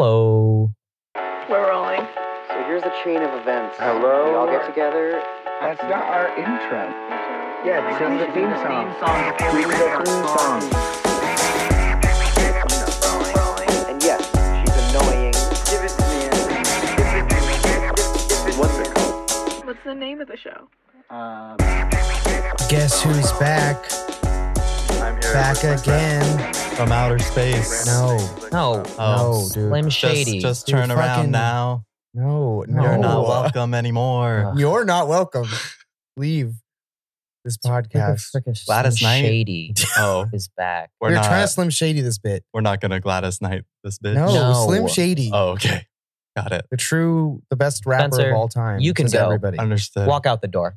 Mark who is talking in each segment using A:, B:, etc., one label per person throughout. A: Hello.
B: We're rolling.
C: So here's the chain of events.
D: Hello?
C: We all get together.
D: That's not our intro. Yeah, this is the theme song. This is the theme song.
B: Rolling.
C: And yes, she's annoying. Give it to me. What's it called?
B: What's the name of the show?
D: Um,
E: Guess who's back?
D: I'm here
E: Back again.
F: from outer space.
E: No.
A: No,
E: No,
A: no,
E: dude.
A: Slim Shady.
F: Oh, um, Just, just
E: Dude,
F: turn
E: fucking-
F: around now.
E: No, no.
F: You're
A: No.
F: not welcome anymore.
A: Ugh.
E: You're not welcome. Leave this podcast.
A: Frickin' Slim
F: Gladys Knight.
A: Shady
F: oh,
A: is back.
F: we're
E: We're
F: not.
E: trying to Slim Shady this bit.
F: we're not gonna Gladys Knight this bitch.
E: No,
A: No.
E: Slim Shady,
F: Oh, okay. Got it.
E: the true, the best rapper
A: Spencer,
E: of all time.
A: you can
E: says
A: go.
E: Everybody,
F: Understood.
A: Walk out the door.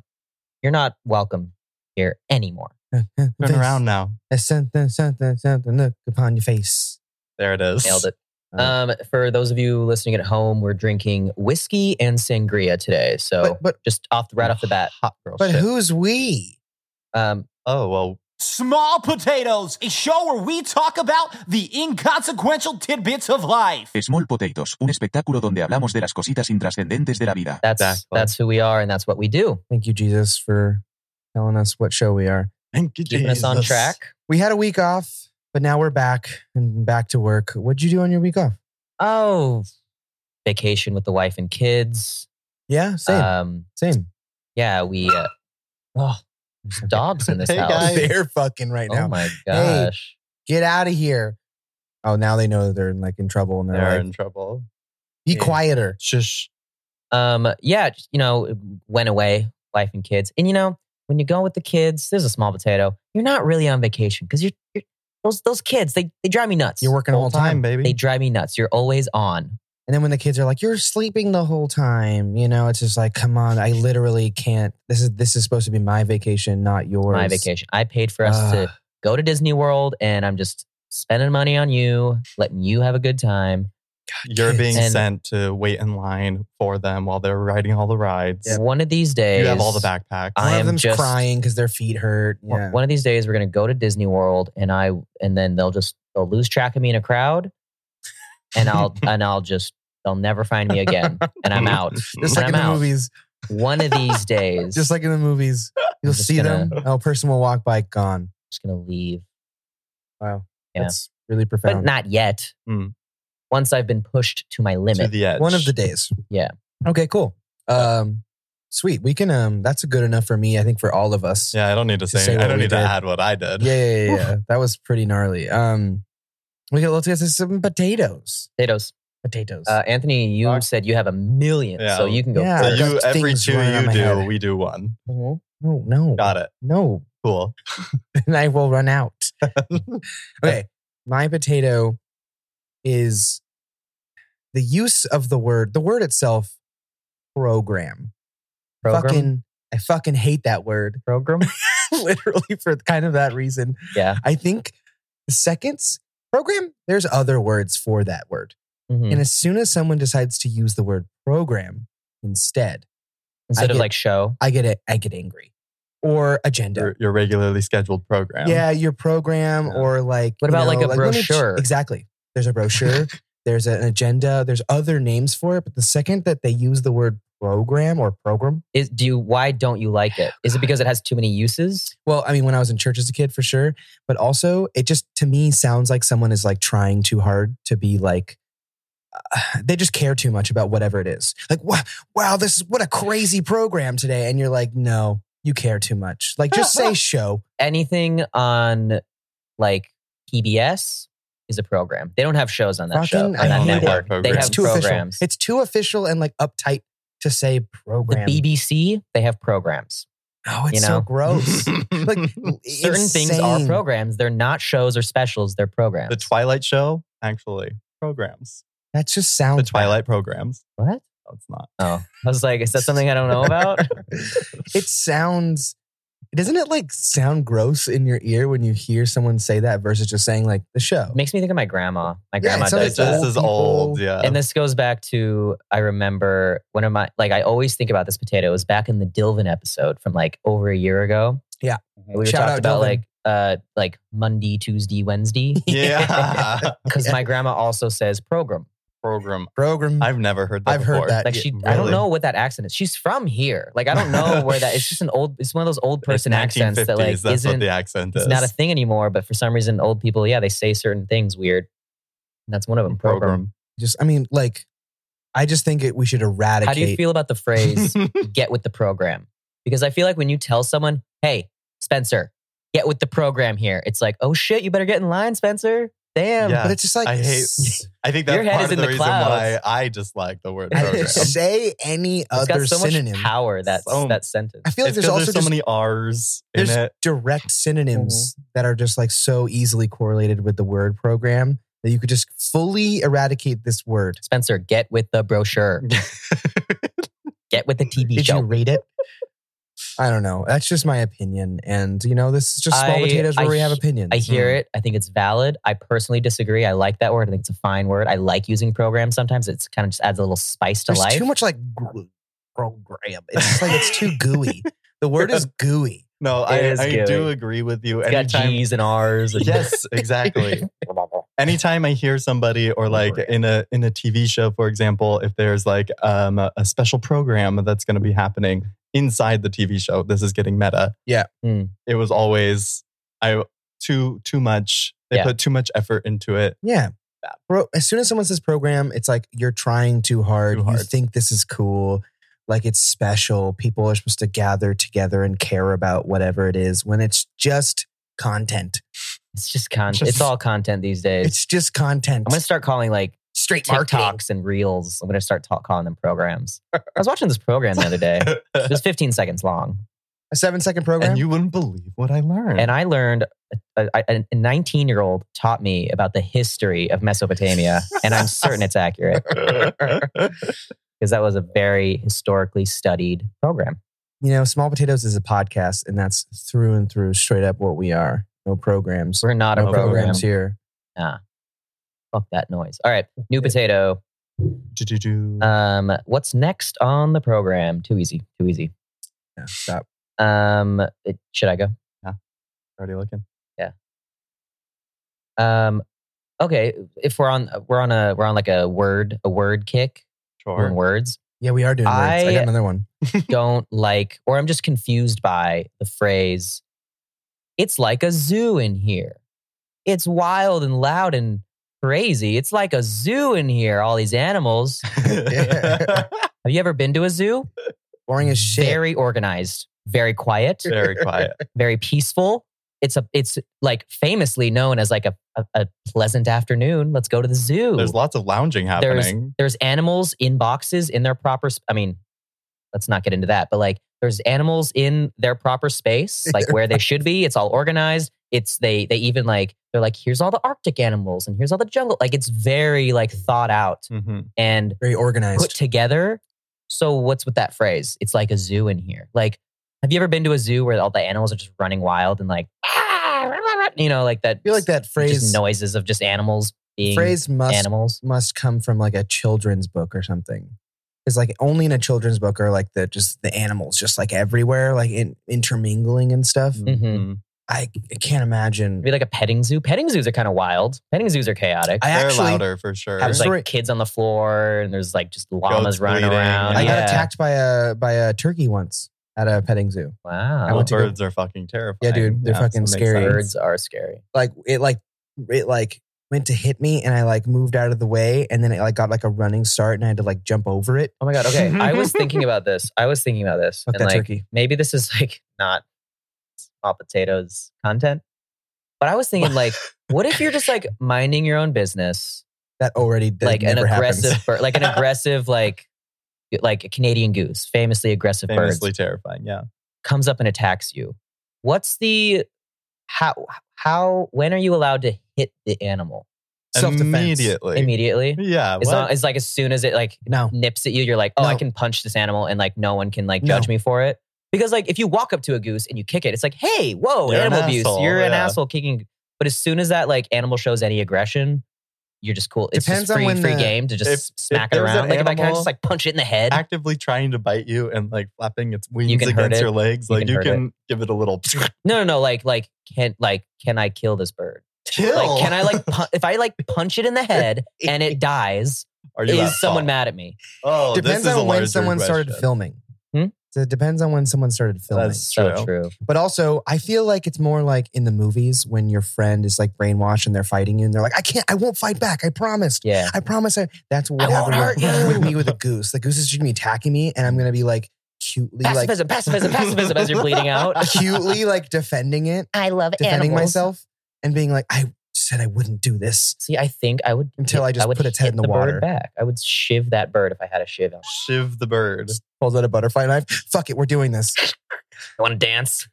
A: You're not welcome here anymore.
F: turn around now.
E: There's something, something, something. Look upon your face.
F: There it is.
A: Nailed it.
E: Uh,
A: Um, for those of you listening at home, we're drinking whiskey and sangria today. So
E: But, but,
A: just off the, right off the bat.
F: Hot girl.
E: but
F: shit.
E: who's we?
A: Um,
F: Oh well.
G: Small Potatoes, a show where we talk about the inconsequential tidbits of life.
H: Small Potatoes, un espectáculo donde hablamos de las cositas intrascendentes de la vida.
A: that's
F: Exactly.
A: that's who we are and that's what we do.
E: Thank you, Jesus, for telling us what show we are.
F: Thank you,
A: Keeping us on
F: Jesus.
A: track.
E: We had a week off, but now we're back and back to work. What'd you do on your week off?
A: Oh, vacation with the wife and kids.
E: Yeah, same,
A: Um,
E: same.
A: yeah, we. Uh, oh, there's dogs in this
F: Hey,
A: house.
F: guys.
E: They're fucking right now.
A: Oh my gosh.
E: get out of here. Oh, now they know that they're like in trouble and they're,
F: They're
E: like,
F: in trouble.
E: be
F: yeah.
E: quieter.
F: Shush.
A: Um, yeah, just, you know, went away, wife and kids. And you know, when you go with the kids, there's a small potato. You're not really on vacation because you're, you're those those kids. They they drive me nuts.
E: You're working all
F: Full
E: the time.
F: time, baby.
A: They drive me nuts. You're always on.
E: And then when the kids are like, you're sleeping the whole time, you know, it's just like, come on, I literally can't. This is this is supposed to be my vacation, not yours.
A: My vacation. I paid for us to
E: Ah.
A: go to Disney World, and I'm just spending money on you, letting you have a good time.
F: You're being
A: And-
F: sent to wait in line for them while they're riding all the rides.
A: One of these days,
F: You have all the backpacks.
A: I
E: One
A: am
E: of them's
A: just-
E: crying because their feet hurt.
A: One-
E: Yeah.
A: One of these days, we're gonna go to Disney World, and I and then they'll just they'll lose track of me in a crowd, and I'll and I'll just they'll never find me again, and I'm out.
E: Just like
A: I'm
E: in the
A: out.
E: movies.
A: One of these days,
E: Just like in the movies. You'll
A: just
E: see them.
A: gonna-
E: Oh, person will walk by, gone.
A: just gonna leave,
E: Wow.
A: Yeah.
E: That's really
A: but
E: profound.
A: not yet.
F: Mm.
A: Once I've been pushed to my
F: to
A: limit,
F: the edge.
E: one of Hmm. the days.
A: Yeah.
E: Okay, cool. Um, sweet. We can um that's good enough for me, I think for all of us.
F: Yeah, I don't need to
E: To
F: say.
E: say
F: I
E: what
F: don't
E: we
F: need
E: did.
F: to add what I did.
E: Yeah, yeah, yeah, yeah. that was pretty gnarly. Um, we got let's get to some potatoes.
A: potatoes.
E: Potatoes.
A: Uh, Anthony, you
F: Fuck.
A: said you have a million,
F: Yeah.
A: so you can go.
E: Yeah.
F: So
A: first.
E: I've
F: you
E: got
F: every
E: things
F: two
E: running on
F: you
E: my
F: do,
E: head.
F: we do one.
E: no, Oh, no,
F: Got it.
E: no.
F: Cool.
E: And I will run out. okay, my potato is the use of the word. The word itself, program.
A: Program?
E: Fucking, I fucking hate that word.
A: program.
E: Literally for kind of that reason.
A: Yeah.
E: I think seconds program. There's other words for that word.
A: Mhm.
E: And as soon as someone decides to use the word program instead,
A: Instead of
E: get-
A: like show,
E: I get it. I get angry or agenda.
F: Your, your regularly scheduled program.
E: yeah, your program
F: Yeah.
E: or like
A: What
E: you
A: about, like,
E: know,
A: a
E: let me ch-
A: brochure?
E: exactly. There's a brochure. there's an agenda. There's other names for it. But the second that they use the word program or program,
A: is do you? Why don't you like it? Is it because it has too many uses?
E: well, I mean, when I was in church as a kid, for sure. But also, it just to me sounds like someone is like trying too hard to be like. uh, They just care too much about whatever it is. Like, wow, wow, this is what a crazy program today. And you're like, no, you care too much. Like, just say show.
A: anything on like PBS is a program. They don't have shows on that show.
E: Fucking-
A: on
E: I
A: that
E: hate
A: network.
F: that
A: They
F: program.
A: have
E: It's too
A: programs.
E: official. It's too official and like uptight to say
A: the
E: program.
A: BBC, they have programs.
E: oh, it's
A: you
E: so
A: know?
E: gross. like,
A: Certain things are
E: insane.
A: programs. They're not shows or specials. They're programs.
F: the Twilight Show, actually, programs.
E: That just
F: The
E: sounds
F: Twilight programs.
A: what?
F: No, it's not.
A: Oh, I was like, is that something I don't know about?
E: it sounds doesn't it like sound gross in your ear when you hear someone say that versus just saying like the show
A: It makes me think of my grandma. My
E: Yeah, it
A: grandma
E: sounds
A: does
F: It's
E: like
A: that.
F: just
E: old
F: as
E: people-
F: old. Yeah.
A: And this goes back to I remember one of my like I always think about this potato it was back in the Dilvin episode from like over a year ago.
E: Yeah.
A: we were
E: Shout
A: talking
E: out
A: about
E: Dilvin.
A: like uh like Monday, Tuesday, Wednesday
F: yeah.
A: because my grandma also says program
F: program.
E: program.
F: I've never heard that
E: I've
F: before.
E: heard that.
A: Like
E: yeah,
A: she, I don't
F: Uh, really.
A: know what that accent is. She's from here. Like I don't know where that. It's just an old. It's one of those old person
F: It's
A: accents that
F: 1950s,
A: like
F: that's what
A: isn't.
F: the accent is.
A: It's not a thing anymore. But for some reason, old people, yeah, they say certain things weird. And that's one of them. Program.
E: just I mean, like, I just think it, we should eradicate.
A: How do you feel about the phrase "get with the program"? Because I feel like when you tell someone, "Hey, Spencer, get with the program here," it's like, "Oh shit, you better get in line, Spencer." Damn.
F: Yeah.
E: But it's just like
F: I hate-
E: s-
F: I think that's
A: Your head
F: part
A: is
F: of
A: in
F: the,
A: the
F: reason
A: clouds.
F: why I dislike the word program. it's
E: say any
A: It's got
E: other
A: so much
E: synonym. Oh.
A: power that
F: So-
A: that sentence.
E: I feel like
F: because
E: there's also
F: there's so
E: just
F: many R's in
E: there's
F: it.
E: direct synonyms
A: Mm-hmm.
E: that are just like so easily correlated with the word program that you could just fully eradicate this word.
A: Spencer, get with the brochure. get with the TV
E: Did
A: show.
E: you read it? I don't know. That's just my opinion. And you know, this is just small
A: I-
E: potatoes where
A: I
E: we have
A: he-
E: opinions.
A: I hear it. I think it's valid. I personally disagree. I like that word. I think it's a fine word. I like using program sometimes. It's kind of just adds a little spice to
E: There's
A: life.
E: too much like gr- program. It's just like it's too gooey. The word is gooey.
F: No,
A: It
F: I,
A: is
F: I
A: good.
F: do agree with you.
A: it's got
F: Anytime,
A: G's and R's. And
F: yes, exactly. Anytime I hear somebody, or like in a in a TV show, for example, if there's like um, a, a special program that's going to be happening inside the TV show, this is getting meta.
E: Yeah.
A: Hmm.
F: it was always I too too much. They
A: Yeah.
F: put too much effort into it.
E: Yeah. Bro, as soon as someone says program, it's like you're trying too hard.
F: Too
E: You
F: hard.
E: think this is cool. Like it's special. People are supposed to gather together and care about whatever it is when it's just content.
A: It's just content.
F: Just-
A: it's all content these days.
E: It's just content.
A: I'm gonna start calling like
E: Straight marketing.
A: TikToks and Reels. I'm gonna start ta- calling them programs. I was watching this program the other day. It was 15 seconds long,
E: A seven second program.
F: And you wouldn't believe what I
E: Hmm.
F: learned.
A: and I learned. uh, A 19 year old taught me about the history of Mesopotamia, and I'm certain it's accurate because that was a very historically studied program.
E: you know, Small Potatoes is a podcast, and that's through and through, straight up what we are. No programs.
A: We're not a
E: no
A: program.
E: programs here.
A: Fuck that noise. All right, new potato.
F: Do-do-do.
A: Um, what's next on the program? Too easy. Too easy.
E: Yeah, stop.
A: Um, it- should I go?
F: Already looking.
A: Um, okay. If we're on, we're on a, we're on like a word, a word kick. We're in
F: Sure.
A: words.
E: Yeah, we are doing words. I
A: I-
E: got another one.
A: Don't like, or I'm just confused by the phrase. It's like a zoo in here. It's wild and loud and crazy. It's like a zoo in here. All these animals. Have you ever been to a zoo?
E: Boring as shit.
A: Very organized. Very quiet.
F: Very quiet.
A: very peaceful. It's a it's like famously known as like a, a, a pleasant afternoon. Let's go to the zoo.
F: There's lots of lounging
A: There's-
F: happening.
A: There's animals in boxes in their proper. Sp- I mean, let's not get into that, but like there's animals in their proper space, like where they should be. It's all organized. It's they they even like they're like here's all the Arctic animals and here's all the jungle. Like it's very like thought out
E: Hmm.
F: Mhm.
A: and
E: Very
A: put
E: organized.
A: together. So what's with that phrase? It's like a zoo in here. Like, have you ever been to a zoo where all the animals are just running wild and like, "Ah, rah, rah, rah," you know, like that?
E: I feel like that
A: just
E: phrase
A: noises of just animals being
E: phrase must
A: animals.
E: must come from like a children's book or something. It's like only in a children's book are like the just the animals just like everywhere, like in, intermingling and stuff.
A: Mhm.
F: Mhm.
E: I, I can't imagine.
A: Maybe like a petting zoo. Petting zoos are kind of wild. Petting zoos are chaotic.
E: I
F: They're
E: actually
F: louder for sure.
E: have
A: there's
E: sorry.
A: like kids on the floor and there's like just llamas running
F: bleeding.
A: around.
E: I
A: yeah.
E: got attacked by a by a turkey once at a petting zoo. I
A: Wow.
E: went
F: Well,
E: to go-
F: birds are fucking terrifying.
E: Yeah, dude, they're fucking
F: so it makes
E: scary.
F: sense.
A: Birds are scary.
E: Like it like it like went to hit me and I like moved out of the way and then it like got like a running start and I had to like jump over it.
A: Oh my God. Okay. I was thinking about this. I was thinking about this.
E: Fuck
A: and
E: that
A: like,
E: turkey.
A: maybe this is like not small potatoes content, but I was thinking like, what if you're just like minding your own business,
E: That already did
A: like an
E: never happens.
A: aggressive, bird, like an aggressive, like like a Canadian goose, famously aggressive
F: Famously
A: bird
F: terrifying. Yeah.
A: comes up and attacks you. What's the how how when are you allowed to hit the animal
E: Self-defense.
F: Immediately.
A: immediately?
F: Yeah.
A: It's
F: what?
A: not. It's like as soon as it like
E: No.
A: nips at you, you're like, oh, I
E: No.
A: can punch this animal and like no one can like
E: No.
A: judge me for it. Because like if you walk up to a goose and you kick it, it's like, hey, whoa,
F: You're an
A: animal abuse.
F: asshole,
A: You're an
F: yeah.
A: asshole kicking. But as soon as that like animal shows any aggression, you're just cool. It's
E: Depends
A: just
E: on
A: free,
E: when
A: free
E: the-
A: game to just
F: If-
A: s- smack it
F: if there was an
A: around. Like if I can I
F: animal-
A: just like punch it in the head.
F: actively trying to bite you and like flapping its wings
A: can hurt
F: against
A: it.
F: your legs.
A: You
F: like
A: can
F: you
A: hurt
F: can give it a little
A: no, no, no. Like like can like can I kill this bird?
F: kill.
A: Like can I like pu- if I like punch it in the head and it dies,
F: Are you at
A: Is someone
F: fault?
A: mad at me?
F: Oh,
E: depends
F: this is a
E: on when
F: larger
E: someone started
F: question.
E: filming.
A: Hmm?
E: So it depends on when someone started filming.
F: That's true.
A: So true.
E: But also, I feel like it's more like in the movies when your friend is like brainwashed and they're fighting you, and they're like, "I can't, I won't fight back. I promised.
A: Yeah.
E: I promise." I, that's what
A: I won't
E: happened
A: hurt
E: with,
A: you.
E: with me with a goose. The goose is going to be attacking me, and I'm going to be like cutely, like
A: Pacifism, pacifism, pacifism as you're bleeding out.
E: cutely, like defending it,
A: I love
E: defending
A: animals.
E: myself, and being like, "I said I wouldn't do this."
A: See, I think I would
E: Until I just
A: would
E: put its head
A: hit
E: in the water.
A: Bird back. I would shiv that bird if I had a shiv. I
F: Shiv the bird.
E: Pulls out a butterfly knife. Fuck it, we're doing this.
A: want to dance.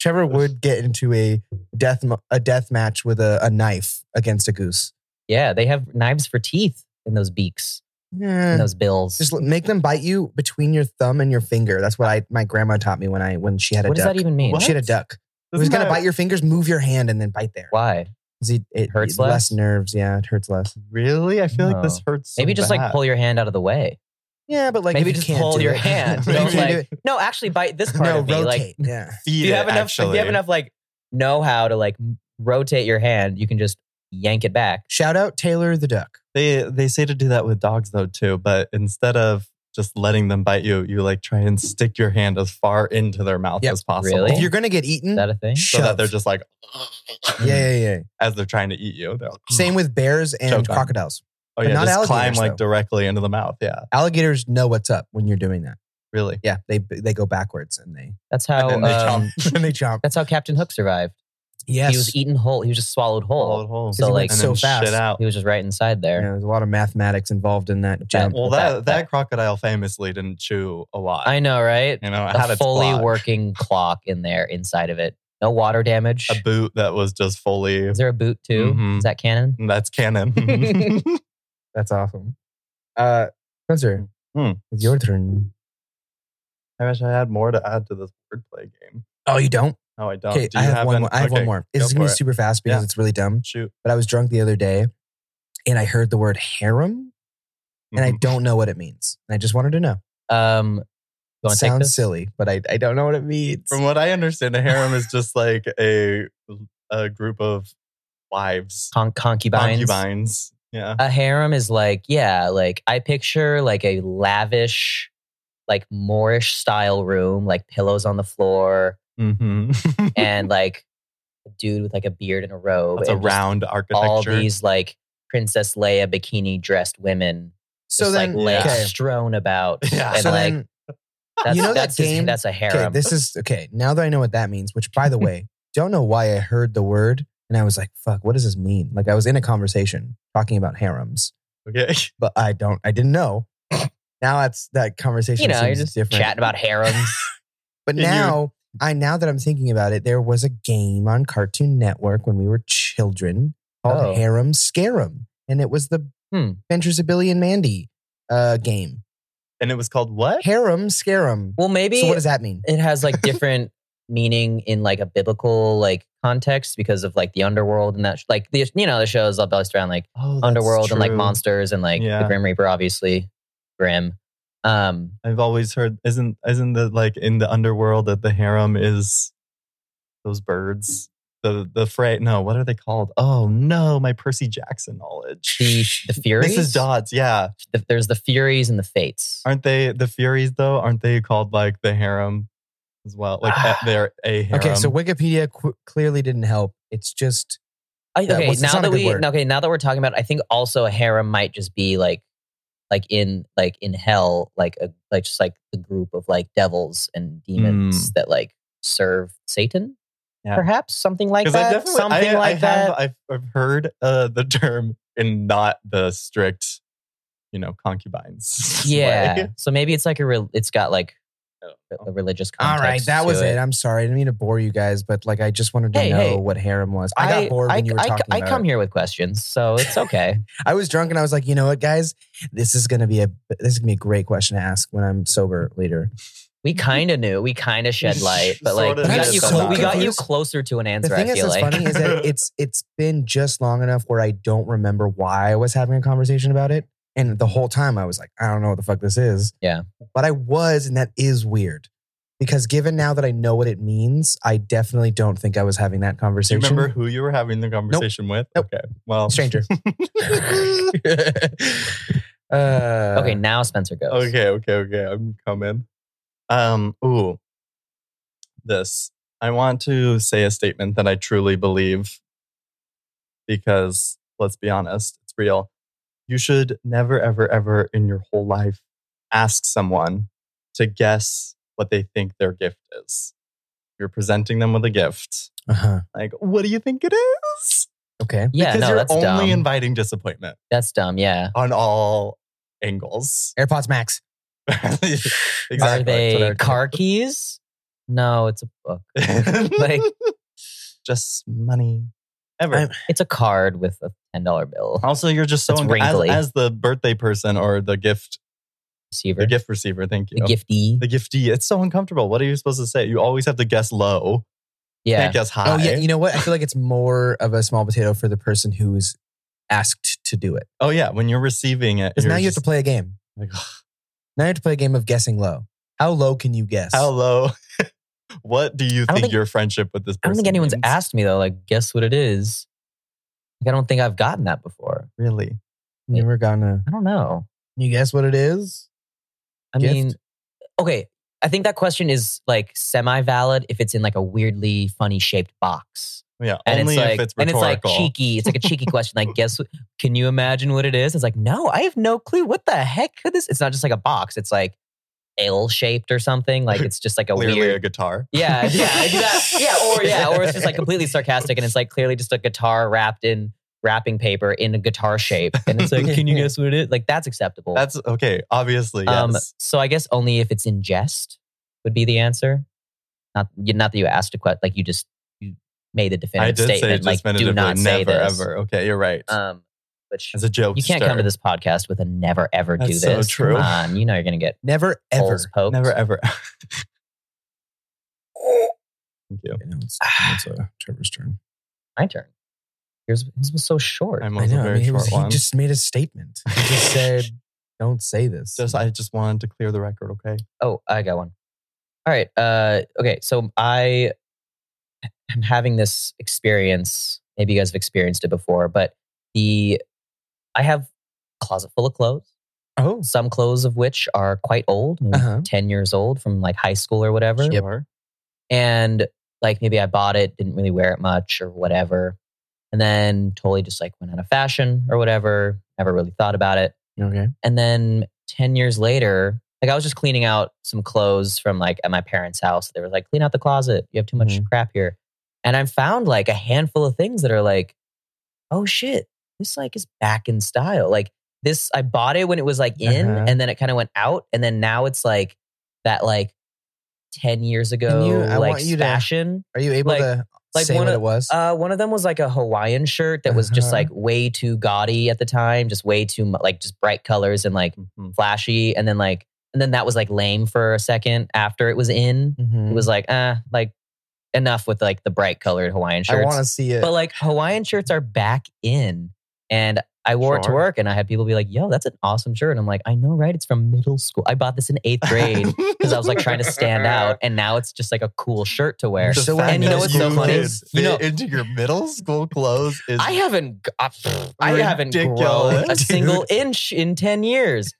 E: Trevor would get into a death mo- a death match with a, a knife against a goose.
A: Yeah, they have knives for teeth in those beaks, in
E: Yeah.
A: those bills.
E: Hmm. Just l- make them bite you between your thumb and your finger. That's what I my grandma taught me when I when she had a
A: what does
E: duck.
A: that even mean?
F: What?
E: She had a duck. It was
F: Doesn't
E: gonna
F: that
E: bite your fingers. Move your hand and then bite there.
A: Why?
E: 'Cause It, it
A: Hurts
E: it-
A: less?
E: nerves. Yeah, it hurts less.
F: Really? I feel like this
A: No.
F: hurts. so
A: Maybe just
F: bad.
A: like pull your hand out of the way.
E: Yeah, but like
A: Maybe
E: if
A: just
E: you can't
A: hold
E: do
A: your
E: it-
A: hand.
E: If you
A: Don't,
E: can't do
A: like- No, actually, bite this
E: it-
A: part
E: no,
A: of me. Like,
E: rotate. yeah,
F: Feed
A: do you
F: it,
A: have enough?
F: Actually.
A: If you have enough, like know how to like m- rotate your hand, you can just yank it back.
E: Shout out Taylor the duck.
F: They they say to do that with dogs though too, but instead of just letting them bite you, you like try and stick your hand as far into their mouth
E: Yep.
F: as possible.
A: Really?
E: If you're gonna get
A: Is
E: eaten,
A: that a thing?
F: so
E: shove.
F: that they're just like
E: yeah, yeah, yeah.
F: as they're trying to eat you. They're like,
E: Same with bears and
F: Hmm. Choke on.
E: crocodiles.
F: Oh yeah,
E: not
F: just climb
E: alligators,
F: like
E: though.
F: directly into the mouth. Yeah,
E: Alligators know what's up when you're doing that.
F: really.
E: Yeah, they they go backwards and they
A: That's how.
F: And then they
A: um,
F: jump.
E: and they jump.
A: that's how Captain Hook survived.
E: Yes,
A: He was eaten whole. He was just swallowed whole.
F: Swallowed whole.
A: So,
F: And
A: like,
F: then
E: so
F: shit
E: fast.
F: out.
A: He was just right inside
E: Yeah,
A: there.
E: there's a lot of mathematics involved in that jump.
F: Well,
A: That-
F: that, that
A: that-
F: crocodile famously didn't chew a lot.
A: I know, right?
F: you know, it had
A: A
F: its
A: fully
F: clock,
A: working clock in there, inside of it. No water damage.
F: a boot that was just fully.
A: Is there a boot too?
F: Mhm.
A: Is that canon?
F: That's canon.
E: That's awesome. Uh, Spencer,
F: Hmm.
E: it's your turn.
F: I wish I had more to add to this wordplay game.
E: Oh, you don't?
F: No, I don't.
E: Okay,
F: Do
E: I
F: you
E: have one
F: an-
E: more. I have
F: okay,
E: one more. It's
F: go
E: gonna be
F: for it.
E: super fast because
F: Yeah.
E: it's really dumb.
F: Shoot.
E: But I was drunk the other day, and I heard the word harem, and I
F: Mhm.
E: don't know what it means. And I just wanted to know.
A: Um, you want to take
E: Sounds
A: this?
E: silly, but I, I don't know what it means.
F: Mm-hmm. From what I understand, a harem is just like a a group of wives,
A: Con- concubines.
F: concubines. Yeah.
A: A harem is like, yeah, like I picture like a lavish, like Moorish style room, like pillows on the floor,
F: Mm-hmm.
A: and like a dude with like a beard and a robe.
F: That's a
A: and just
F: round
A: all
F: architecture.
A: these like Princess Leia bikini dressed women.
E: so
A: just,
E: then,
A: like laid
E: okay.
A: strewn about.
F: Yeah.
A: And
E: so
A: like
E: then,
A: that's,
E: you know that
A: that's his-
E: game?
A: that's a harem.
E: okay, this is okay. Now that I know what that means, which by the way, don't know why I heard the word, and I was like, "Fuck, what does this mean?" Like I was in a conversation talking about harems,
F: okay.
E: but I don't, I didn't know. now that's that conversation.
A: you know, you're
E: seems
A: just
E: different.
A: chatting about harems.
E: But
F: And you-
E: now, I now that I'm thinking about it, there was a game on Cartoon Network when we were children called
A: Oh.
E: Harem Scarum, and it was the
A: Hmm.
E: Adventures of Billy and Mandy uh, game.
F: And it was called what?
E: Harem Scarum.
A: well, maybe
E: So what does that mean?
A: it has like different meaning in like a biblical like context because of like the underworld and that sh- like the you know the shows are based around like
F: Oh, that's
A: underworld and like
F: true.
A: monsters and like
F: Yeah.
A: the grim reaper obviously grim um
F: I've always heard isn't isn't that like in the underworld that the harem is those birds. The the fray no, what are they called? Oh no, my Percy Jackson knowledge.
A: the the furies
F: Mrs. Dodds, yeah.
A: The- there's the furies and the fates
F: Aren't they the Furies though? Aren't they called like the harem as well? Like a- they're a harem.
E: Okay, so Wikipedia qu- clearly didn't help. It's just
A: I-
E: Yeah,
A: okay
E: what's- it's
A: now
E: not a
A: that
E: good
A: we
E: word.
A: okay now that we're talking about it, i think also a harem might just be like like in like in hell like a like just like a group of like devils and demons that like serve satan
F: Yeah.
A: perhaps something like
F: I
A: that
F: definitely-
A: something
F: I,
A: like
F: I
A: that
F: have, I've, I've heard uh, the term in not the strict, you know, concubines. way.
A: yeah so maybe it's like a real it's got like
F: I don't know.
A: a religious
E: all
A: context
E: right. That
A: to
E: was it. I'm sorry. I didn't mean to bore you guys, but like I just wanted to
A: Hey,
E: know
A: hey.
E: what harem was. I, got bored when you were
A: I-
E: talking.
A: I
E: about
A: come
E: it.
A: here with questions, so it's okay.
E: I was drunk and I was like, you know what, guys, this is gonna be a this is gonna be a great question to ask when I'm sober later.
A: we kind of knew, we kind of shed light, but like
F: Sorta
A: we got,
E: did
A: you
E: sometimes.
A: we got you
E: Confused.
A: closer to an
E: The
A: answer.
E: thing
A: I
E: is,
A: feel
E: that's
A: like
E: funny is that it's it's been just long enough where I don't remember why I was having a conversation about it, and the whole time I was like, I don't know what the fuck this is.
A: Yeah.
E: but I was, and that is weird. Because given now that I know what it means, I definitely don't think I was having that
F: Do you
E: conversation.
F: remember who you were having the conversation with?
E: Nope.
F: Okay. Well,
E: Stranger. uh,
A: Okay, now Spencer goes.
F: Okay, okay, okay. I'm coming. Um, ooh. This. I want to say a statement that I truly believe because let's be honest, it's real. You should never, ever, ever in your whole life ask someone to guess what they think their gift is. You're presenting them with a gift.
E: Uh-huh.
F: Like, what do you think it is?
E: Okay.
A: Yeah,
F: because
A: no,
F: you're
A: that's
F: only
A: dumb.
F: inviting disappointment
A: that's dumb. Yeah.
F: on all angles.
E: AirPods Max.
F: exactly.
A: Are they
F: That's what
A: car keys? No, it's a book.
F: I would do.
A: like
F: just money. Ever.
E: I'm-
A: it's a card with a ten dollar bill.
F: also, you're just so
A: That's
F: enc- as,
A: wrinkly.
F: as the birthday person or the gift,
A: Receiver.
F: the gift receiver. Thank you.
A: The gifty.
F: The giftee. It's so uncomfortable. What are you supposed to say? You always have to guess low.
A: yeah.
F: Can't guess high.
E: Oh, yeah. You know what? I feel like it's more of a small potato for the person who's asked to do it.
F: oh yeah. When you're receiving it,
E: Because
F: you're
E: now you have
F: just
E: to play a game.
F: like, "Ugh,
E: Now you have to play a game of guessing low. How low can you guess?
F: how low. what do you
A: I don't
F: think,
A: think-
F: your friendship with this
A: I
F: person?
A: don't think anyone's
F: means?
A: asked me though, like, guess what it is. Like I don't think I've gotten that before.
F: Really?
E: You were gonna.
A: I don't know.
E: You guess what it is?
A: I
E: Gift?
A: mean okay. I think that question is like semi valid if it's in like a weirdly funny shaped box.
F: Yeah.
A: And
F: only
A: it's like
F: if it's
A: and it's like
F: rhetorical.
A: cheeky. It's like a cheeky question. Like, guess what- can you imagine what it is? It's like, no, I have no clue. What the heck could this? It's not just like a box. It's like L shaped or something. Like it's just like a
F: Clearly
A: weird
F: a guitar.
A: Yeah, yeah, exactly. yeah, or yeah, or it's just like completely sarcastic, and it's like clearly just a guitar wrapped in wrapping paper in a guitar shape, and it's like, can you guess what it is? Like that's acceptable.
F: That's okay. Obviously, yes.
A: um. So I guess only if it's in jest would be the answer. Not, you- not that you asked a question, like you just you made a
F: I
A: definitive
F: did say
A: statement,
F: just
A: like do
F: definitively,
A: not say
F: never
A: this.
F: ever. Okay, you're right.
A: Um, which
F: As a joke,
A: you can't come to this podcast with a never ever do
F: That's so
A: this.
F: true.
A: Come on, you know you're gonna get
E: Never ever.
A: holes poked.
F: Never ever. Thank you.
E: You know, it's,
A: Ah.
E: it's uh, Trevor's turn.
A: My turn. Yours, his was so short.
F: I'm also very
E: he,
F: short
E: was- he
F: one.
E: just made a statement. He just said, "Don't say this."
F: Just- I just wanted to clear the record. Okay.
A: Oh, I got one. All right. Uh, okay. So I am having this experience. Maybe you guys have experienced it before, but the I have a closet full of clothes.
E: oh,
A: Some clothes of which are quite old, maybe
E: Uh-huh.
A: ten years old from like high school or whatever.
F: Sure.
A: And like maybe I bought it, didn't really wear it much or whatever, and then totally just like went out of fashion or whatever. Never really thought about it.
E: okay.
A: And then 10 years later, like I was just cleaning out some clothes from like at my parents' house. They were like, clean out the closet. You have too much
E: Mm-hmm.
A: crap here. And I found like a handful of things that are like, oh shit, this like is back in style. Like this, I bought it when it was like in
E: Uh-huh.
A: and then it kind of went out. And then now it's like that like 10 years ago,
E: you- I
A: like
E: want you to-
A: fashion.
E: Are you able
A: Like-
E: to
A: like
E: say
A: one
E: what
A: of-
E: it was?
A: Uh, one of them was like a Hawaiian shirt that was just
E: Uh-huh.
A: like way too gaudy at the time, just way too mu- like just bright colors and like
E: Mm-hmm.
F: Mhm.
A: flashy and then like and then that was like lame for a second after it was in
E: Mhm.
A: it was like uh like enough with like the bright colored hawaiian
E: I
A: shirts
E: want to see it.
A: but like hawaiian shirts are back in and i wore it to
F: Sure.
A: work and i had people be like yo that's an awesome shirt and i'm like i know right it's from middle school i bought this in eighth grade because i was like trying to stand out and now it's just like a cool shirt to wear
E: You're so
F: The fact
E: and you know
F: that
E: what's so funny?
F: could
A: You know-
F: fit into your middle school clothes is
A: I haven't. g- I, I haven't
F: Ridiculous,
A: grown a
F: dude.
A: single inch in ten years.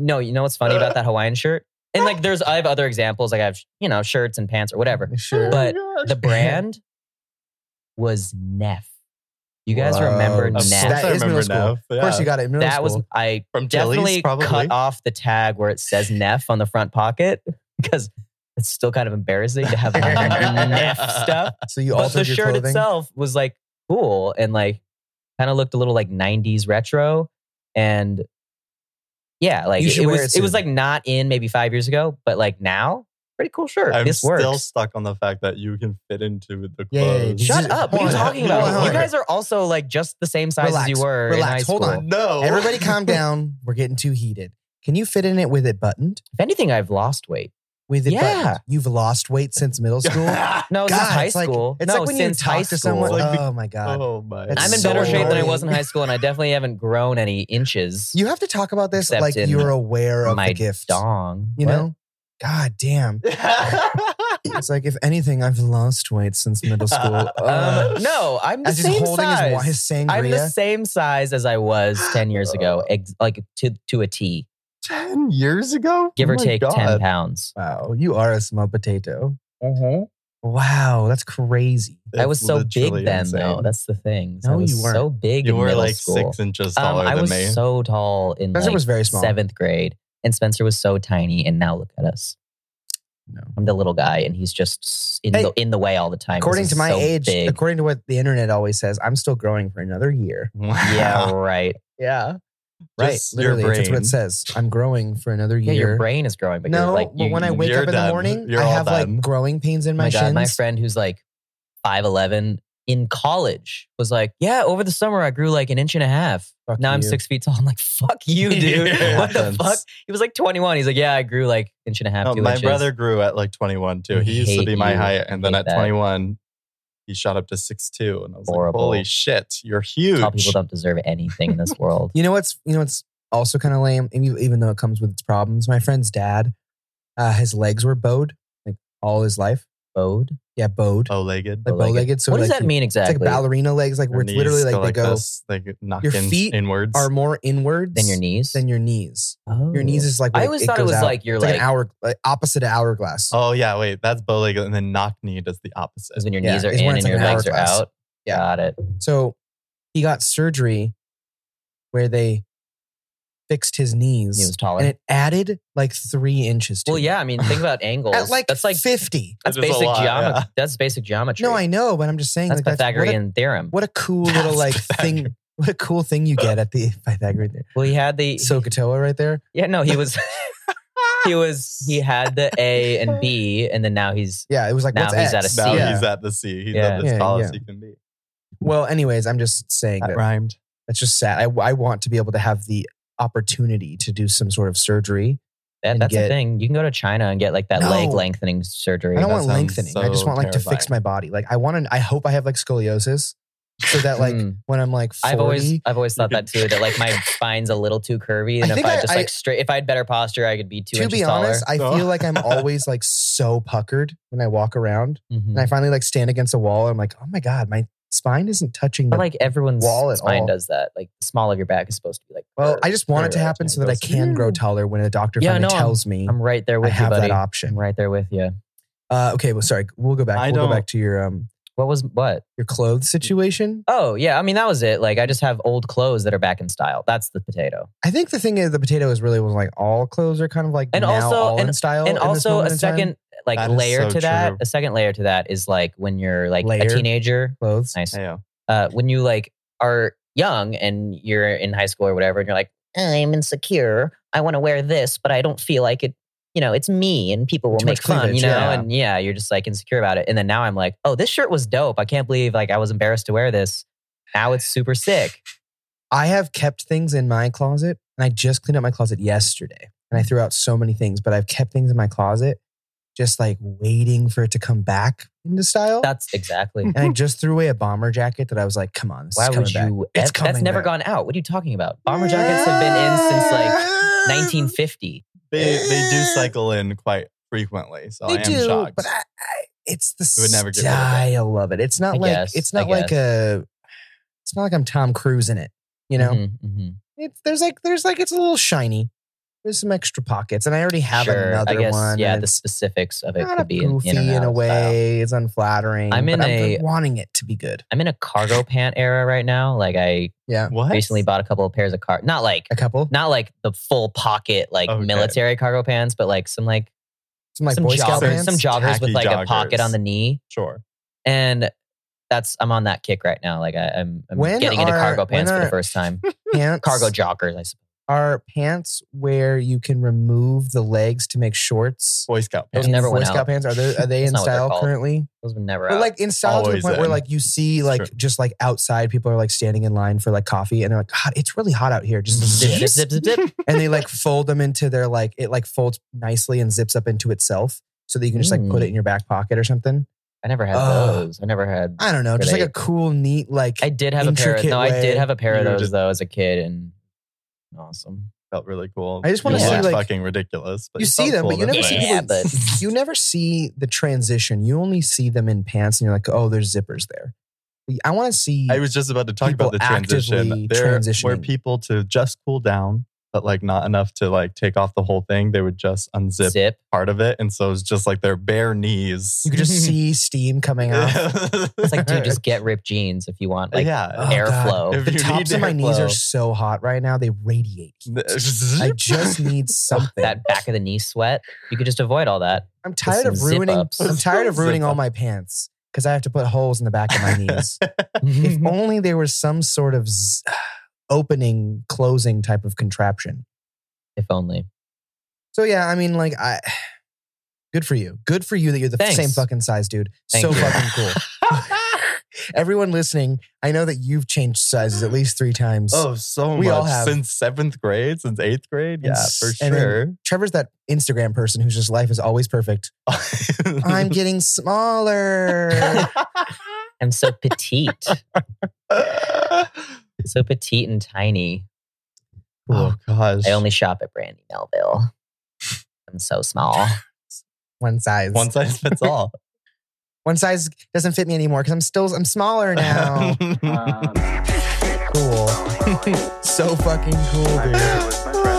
A: No, you know what's funny about that Hawaiian shirt? And like, there's I have other examples. Like I have you know shirts and pants or whatever.
E: sure.
A: But the brand was Neff. You guys remember
E: Whoa.
A: Neff?
F: Of course
E: That
F: I
E: is middle
F: remember
E: school.
F: now.
E: Of course,
F: Yeah.
E: you got it. in Middle
A: that was
E: school.
A: I
F: from
A: definitely
F: Tilly's, probably.
A: cut off the tag where it says Neff on the front pocket because it's still kind of embarrassing to have Neff stuff.
E: so you
A: but
E: altered
A: the
E: your
A: shirt
E: clothing.
A: itself was like cool and like kind of looked a little like 90s retro and yeah like
E: You
A: it,
E: should wear
A: was
E: it
A: it was like
E: soon.
A: not in maybe five years ago but like now pretty cool shirt
F: I'm
A: this
F: still
A: works
F: stuck on the fact that you can fit into the
E: Yeah, yeah, yeah.
F: clothes.
A: shut
E: Just-
A: up what are you
E: Hold on,
A: talking
E: hold
A: about
E: on, hold
A: you
E: on.
A: guys are also like just the same size
E: Relax,
A: as you were in
E: relax,
A: high
E: hold
A: school.
E: on.
F: No.
E: Everybody, calm down. We're getting too heated. Can you fit in it with it buttoned?
A: if anything i've lost weight
E: With it
A: Yeah.
E: buttoned? You've lost weight since middle school.
A: no since
E: God,
A: high
E: it's like-
A: school
E: it's
A: no
E: like when
A: since
E: you
A: high
E: talk
A: school
E: to someone.
F: It's like the-
E: oh my god.
F: oh my.
E: That's
A: i'm in
E: so
A: better shape than i
E: annoying.
A: was in high school and i definitely haven't grown an inch inches
E: You have to talk about this
A: Except
E: like
A: in
E: you're aware of
A: my
E: the gift.
A: dong
E: You
A: What?
E: know, God damn. It's like, if anything, I've lost weight since middle school. Uh,
A: Um, no, I'm the
E: as he's
A: same
E: holding his, wa-
A: size.
E: his
A: I'm the
E: sangria.
A: same size as I was 10 years ago, ex- like to, to a T,
F: 10 years ago?
A: give
F: Oh
A: or
F: my
A: take 10
F: God.
A: pounds.
E: wow, you are a small potato. Wow, that's crazy.
A: I was
F: It's
A: so big
F: literally
A: then,
F: insane.
A: though. That's the thing. So I
E: No,
A: was
E: you weren't.
A: so big
F: you
A: in
F: were
A: middle
F: like
A: school.
F: six inches
A: Um,
F: taller
A: I
F: than
A: was
F: me.
A: so tall in
E: Spencer
A: like,
E: was very small.
A: seventh grade, and Spencer was so tiny. And now look at us.
E: No.
A: I'm the little guy, and he's just s- in
E: Hey,
A: the in the way all the time. 'cause
E: According
A: he's
E: to my
A: so
E: age,
A: big.
E: according to what the internet always says, I'm still growing for another year.
F: Wow.
A: yeah, right.
E: Yeah. Right.
F: Just your
E: Literally, that's what
F: brain.
E: it says. I'm growing for another
A: Yeah,
E: year.
A: your brain is growing, but
E: no,
A: you're like,
E: but
A: you-
E: when I
A: you-
E: wake
F: you're
E: up in
F: done.
E: the morning,
F: You're
E: I
F: all
E: have
F: done.
E: like growing pains in
A: Oh my,
E: my,
A: God,
E: shins.
A: my friend who's like five eleven in college was like, yeah, over the summer I grew like an inch and a half.
E: Fuck
A: now I'm
E: you.
A: six feet tall. I'm like, fuck you, dude.
F: Yeah.
A: what the
F: Happens.
A: fuck? He was like 21. He's like, yeah, I grew like inch and a half.
E: Oh,
F: No,
A: two
F: my
A: inches."
F: brother grew at like 21 too.
A: I
F: He used to
A: hate
F: be my
A: you.
F: height, and then
A: Hate
F: at
A: that.
F: 21, he shot up to 6'2", and I was
A: Horrible.
F: like, "Holy shit, you're huge!"
A: Tall people don't deserve anything in this world.
E: You know what's you know what's also kind of lame, and you- even though it comes with its problems. My friend's dad, uh, his legs were bowed like all his life.
A: Bowed.
E: Yeah, bowed, like
F: Bow-legged.
E: bow
A: Bow-legged.
E: legged. So
A: what does
E: like
A: that
E: you-
A: mean
E: It's
A: Oh, exactly?
E: like ballerina legs, like
F: Their
E: where it's literally
F: knees
E: like
F: go
E: they go
F: this, they knock
E: Your
F: in-
E: feet
F: inwards.
E: are more inwards
A: than your knees.
E: than your knees.
A: Oh.
E: Your knees is like
A: I
E: when
A: always thought it
E: goes
A: was
E: out.
A: like you're
E: It's like,
A: like,
E: an hour like opposite of hourglass.
F: oh yeah, wait, that's bow-legged, and then knock knee does the opposite.
A: is when your
E: Yeah,
A: knees are
E: it's
A: in
E: when
A: and
E: it's
A: your
E: like an
A: legs are
E: hourglass.
A: out.
E: Yeah.
A: Got it.
E: So he got surgery where they fixed his knees,
A: He was taller.
E: and it added like three inches. To
A: well,
E: it.
A: yeah. I mean, think about angles.
E: at like
A: that's like
E: fifty.
A: that's
F: It is a
A: basic
F: lot,
A: geometry.
F: yeah.
A: That's basic geometry.
E: No, I know, but I'm just saying
A: That's
E: like, what a-
A: Pythagorean theorem.
E: What a, cool little
F: That's
E: like
F: Pythagorean.
E: thing. What a cool thing you get at the Pythagorean there.
A: well, he had the
E: Sokotoa right there.
A: yeah. No, he was he was he had the A and B, and then now he's
E: Yeah, it was like
A: Now
E: what's
A: he's
E: X?
A: at a C.
F: Now
E: Yeah.
F: he's at the sea. He's
A: Yeah.
F: at as
E: Yeah,
F: tall
E: yeah.
F: as he can be.
E: Well, anyways, I'm just saying
F: That
E: that
F: rhymed.
E: that's just sad. I, I want to be able to have the opportunity to do some sort of surgery.
A: that,
E: And
A: that's the
E: get-
A: thing. You can go to China and get like that
E: No.
A: leg lengthening surgery.
E: I don't
F: that
E: want
F: sounds
E: lengthening. I just
F: so
E: want like to fix
F: terrifying.
E: my body. Like I want to. I hope I have like scoliosis, so that like
A: Mm.
E: when I'm like 40,
A: I've always I've always
F: You
A: thought that
F: can-
A: too. That like my spine's a little too curvy,
E: I
A: and if
E: think
A: I
E: I-
A: just
E: I-
A: like straight, if I had better posture, I could be two
E: to
A: inches
E: be honest,
A: taller.
E: I
F: No.
E: feel like I'm always like so puckered when I walk around,
A: Mhm.
E: and I finally like stand against a wall. And I'm like, oh my god, my spine isn't touching. The,
A: But like everyone's
E: wall at
A: spine
E: all.
A: does that. Like the small of your back is supposed to be like.
E: well,
A: curved.
E: I just want it to
F: Curve.
E: happen so that I
F: Goes-
E: can grow taller when a doctor
A: Yeah,
E: finally
A: no,
E: tells me
A: I'm right there
E: I
A: with you,
E: have
A: buddy.
E: that
A: I'm
E: option.
A: right there with you.
E: Uh, okay, well, sorry, we'll go back.
F: I
E: we'll go
F: don't-
E: back to your um
A: What was what?
E: your clothes situation.
A: Oh yeah, I mean that was it. Like I just have old clothes that are back in style. That's the potato.
E: I think the thing is the potato is really was like all clothes are kind of like
A: And
E: now
A: also-
E: all in
A: and-
E: style. Oh,
A: and
E: in this
A: also
E: moment
A: a
E: in time.
A: second like
F: That is
A: layer
F: so
A: to that.
F: true.
A: A second layer to that is like when you're like
E: Layer.
A: a teenager.
E: clothes.
A: Nice.
F: Yeah.
A: uh, when you like are young and you're in high school or whatever, and you're like, I'm insecure. I want to wear this, but I don't feel like it. You know, it's me, and people will
E: Too
A: make
E: much
A: fun.
E: cleavage,
A: you know,
E: yeah.
A: and yeah, you're just like insecure about it. And then now I'm like, oh, this shirt was dope. I can't believe like I was embarrassed to wear this. Now it's super sick.
E: I have kept things in my closet, and I just cleaned up my closet yesterday, and I
A: Mm.
E: threw out so many things, but I've kept things in my closet, just like waiting for it to come back into style.
A: That's exactly.
E: and I just threw away a bomber jacket that I was like, "Come on, this
A: Why
E: is coming
A: would
E: back.
A: you?
E: It's
A: ev- that's
E: coming
A: never
E: back.
A: gone out. What are you talking about? Bomber jackets have been in since like 1950.
F: They they do cycle in quite frequently, so
E: Eh.
F: I
E: They
F: am
E: do,
F: shocked.
E: but I, I, it's the
F: It would never get rid of it.
E: style of it. It's not
A: I
E: like
A: guess,
E: it's
A: I
E: not like a. It's not like I'm Tom Cruise in it. You know,
A: Mhm, mhm.
E: it's there's like there's like it's a little shiny. There's some extra pockets, and I already have
A: Sure,
E: another
A: I guess,
E: one.
A: Yeah,
E: and
A: the
E: it's
A: specifics of it
E: kind
A: could
E: of
A: be
E: goofy
A: in, and out
E: a
A: of style.
E: way. It's unflattering.
A: I'm in
E: but I'm
A: a-
E: wanting it to be good.
A: I'm in a cargo pant era right now. Like I
E: Yeah,
F: what?
A: recently bought a couple of pairs of car, not like
E: a couple.
A: not like the full pocket like
F: Okay.
A: military cargo pants, but like some like,
E: Some like
A: some
E: Boy
A: joggers,
E: Scout pants.
A: some joggers with
F: Tacky
A: like a pocket
F: joggers.
A: on the knee,
F: Sure.
A: and that's I'm on that kick right now. Like I, I'm, I'm
E: When
A: getting into
E: are-
A: cargo
E: when
A: pants for the
E: are-
A: first time.
E: pants
A: cargo joggers, I suppose.
E: are pants where you can remove the legs to make shorts.
F: Boy Scout.
A: Those
E: And
A: never
E: Boy
A: went
E: Scout
A: out.
E: pants are they are they
A: That's
E: in
A: not what they're
E: style
A: called.
E: currently?
A: Those were never
E: But
A: out.
E: like in style to the
F: Always
E: point where
F: in.
E: like you see
F: It's
E: like
F: true.
E: just like outside people are like standing in line for like coffee and they're like, God, it's really hot out here. Just
A: zip,
E: zip,
A: zip, zip, zip, zip.
E: and they like fold them into their like it like folds nicely and zips up into itself so that you can just like put
A: Mm.
E: it in your back pocket or something.
A: I never had
E: Ugh.
A: those. I never had.
E: Uh, I don't know, just
A: Right.
E: like a cool, neat like.
A: I did have a pair. Of,
E: Intricate
A: no, I
E: way.
A: did have a pair of
F: You were
A: those
F: just-
A: though as a kid, and awesome.
F: felt really cool.
E: I just wanna
F: It
A: see,
F: looked
E: like-
F: fucking ridiculous. But
E: you
F: it
E: see
F: felt
E: them,
F: cool
E: but you never
F: that
E: see
F: way.
A: Yeah,
E: people.
A: but-
E: you never see the transition. You only see them in pants, and you're like, oh, there's zippers there. I want to see.
F: I was just about to talk
E: people
F: about the transition.
E: actively
F: There were
E: transitioning.
F: people to just cool down, but like not enough to like take off the whole thing. They would just unzip
A: Zip.
F: part of it, and so it was just like their bare knees.
E: you could just see steam coming out.
A: It's like, dude, just get ripped jeans if you want. Like,
F: yeah.
E: Oh,
A: airflow.
F: If
E: The
F: you
E: tops
F: need
E: of my knees are
F: airflow.
E: so hot right now; they radiate. heat. I just need something.
A: that back of the knee sweat. You could just avoid all that.
E: I'm tired
A: some
E: of
A: zip
E: ruining.
A: ups.
E: I'm tired of ruining
F: Zip
E: all
F: up.
E: my pants because I have to put holes in the back of my knees.
F: Mm-hmm.
E: if
A: That's
E: only there was some sort of z- opening, closing type of contraption.
A: if only.
E: So yeah, I mean, like I. Good for you. Good for you that you're the
A: Thanks.
E: same fucking size, dude.
A: Thank
E: so
A: you.
E: fucking cool. Everyone listening, I know that you've changed sizes at least three times.
F: Oh, so
E: We
F: much.
E: all have.
F: Since seventh grade, since eighth grade.
E: And
F: Yeah,
E: s-
F: for
E: and then-
F: sure.
E: Trevor's that Instagram person whose just life is always perfect. I'm getting smaller.
A: I'm so petite,
E: Oh,
A: so petite and tiny.
F: Oh gosh.
A: I only shop at Brandy Melville. I'm so small.
E: One size.
F: one size fits all.
E: One size doesn't fit me anymore because I'm still I'm smaller now.
D: Um,
F: Oh.
E: cool. so fucking cool,
D: I'm
E: dude.
D: here with my friend.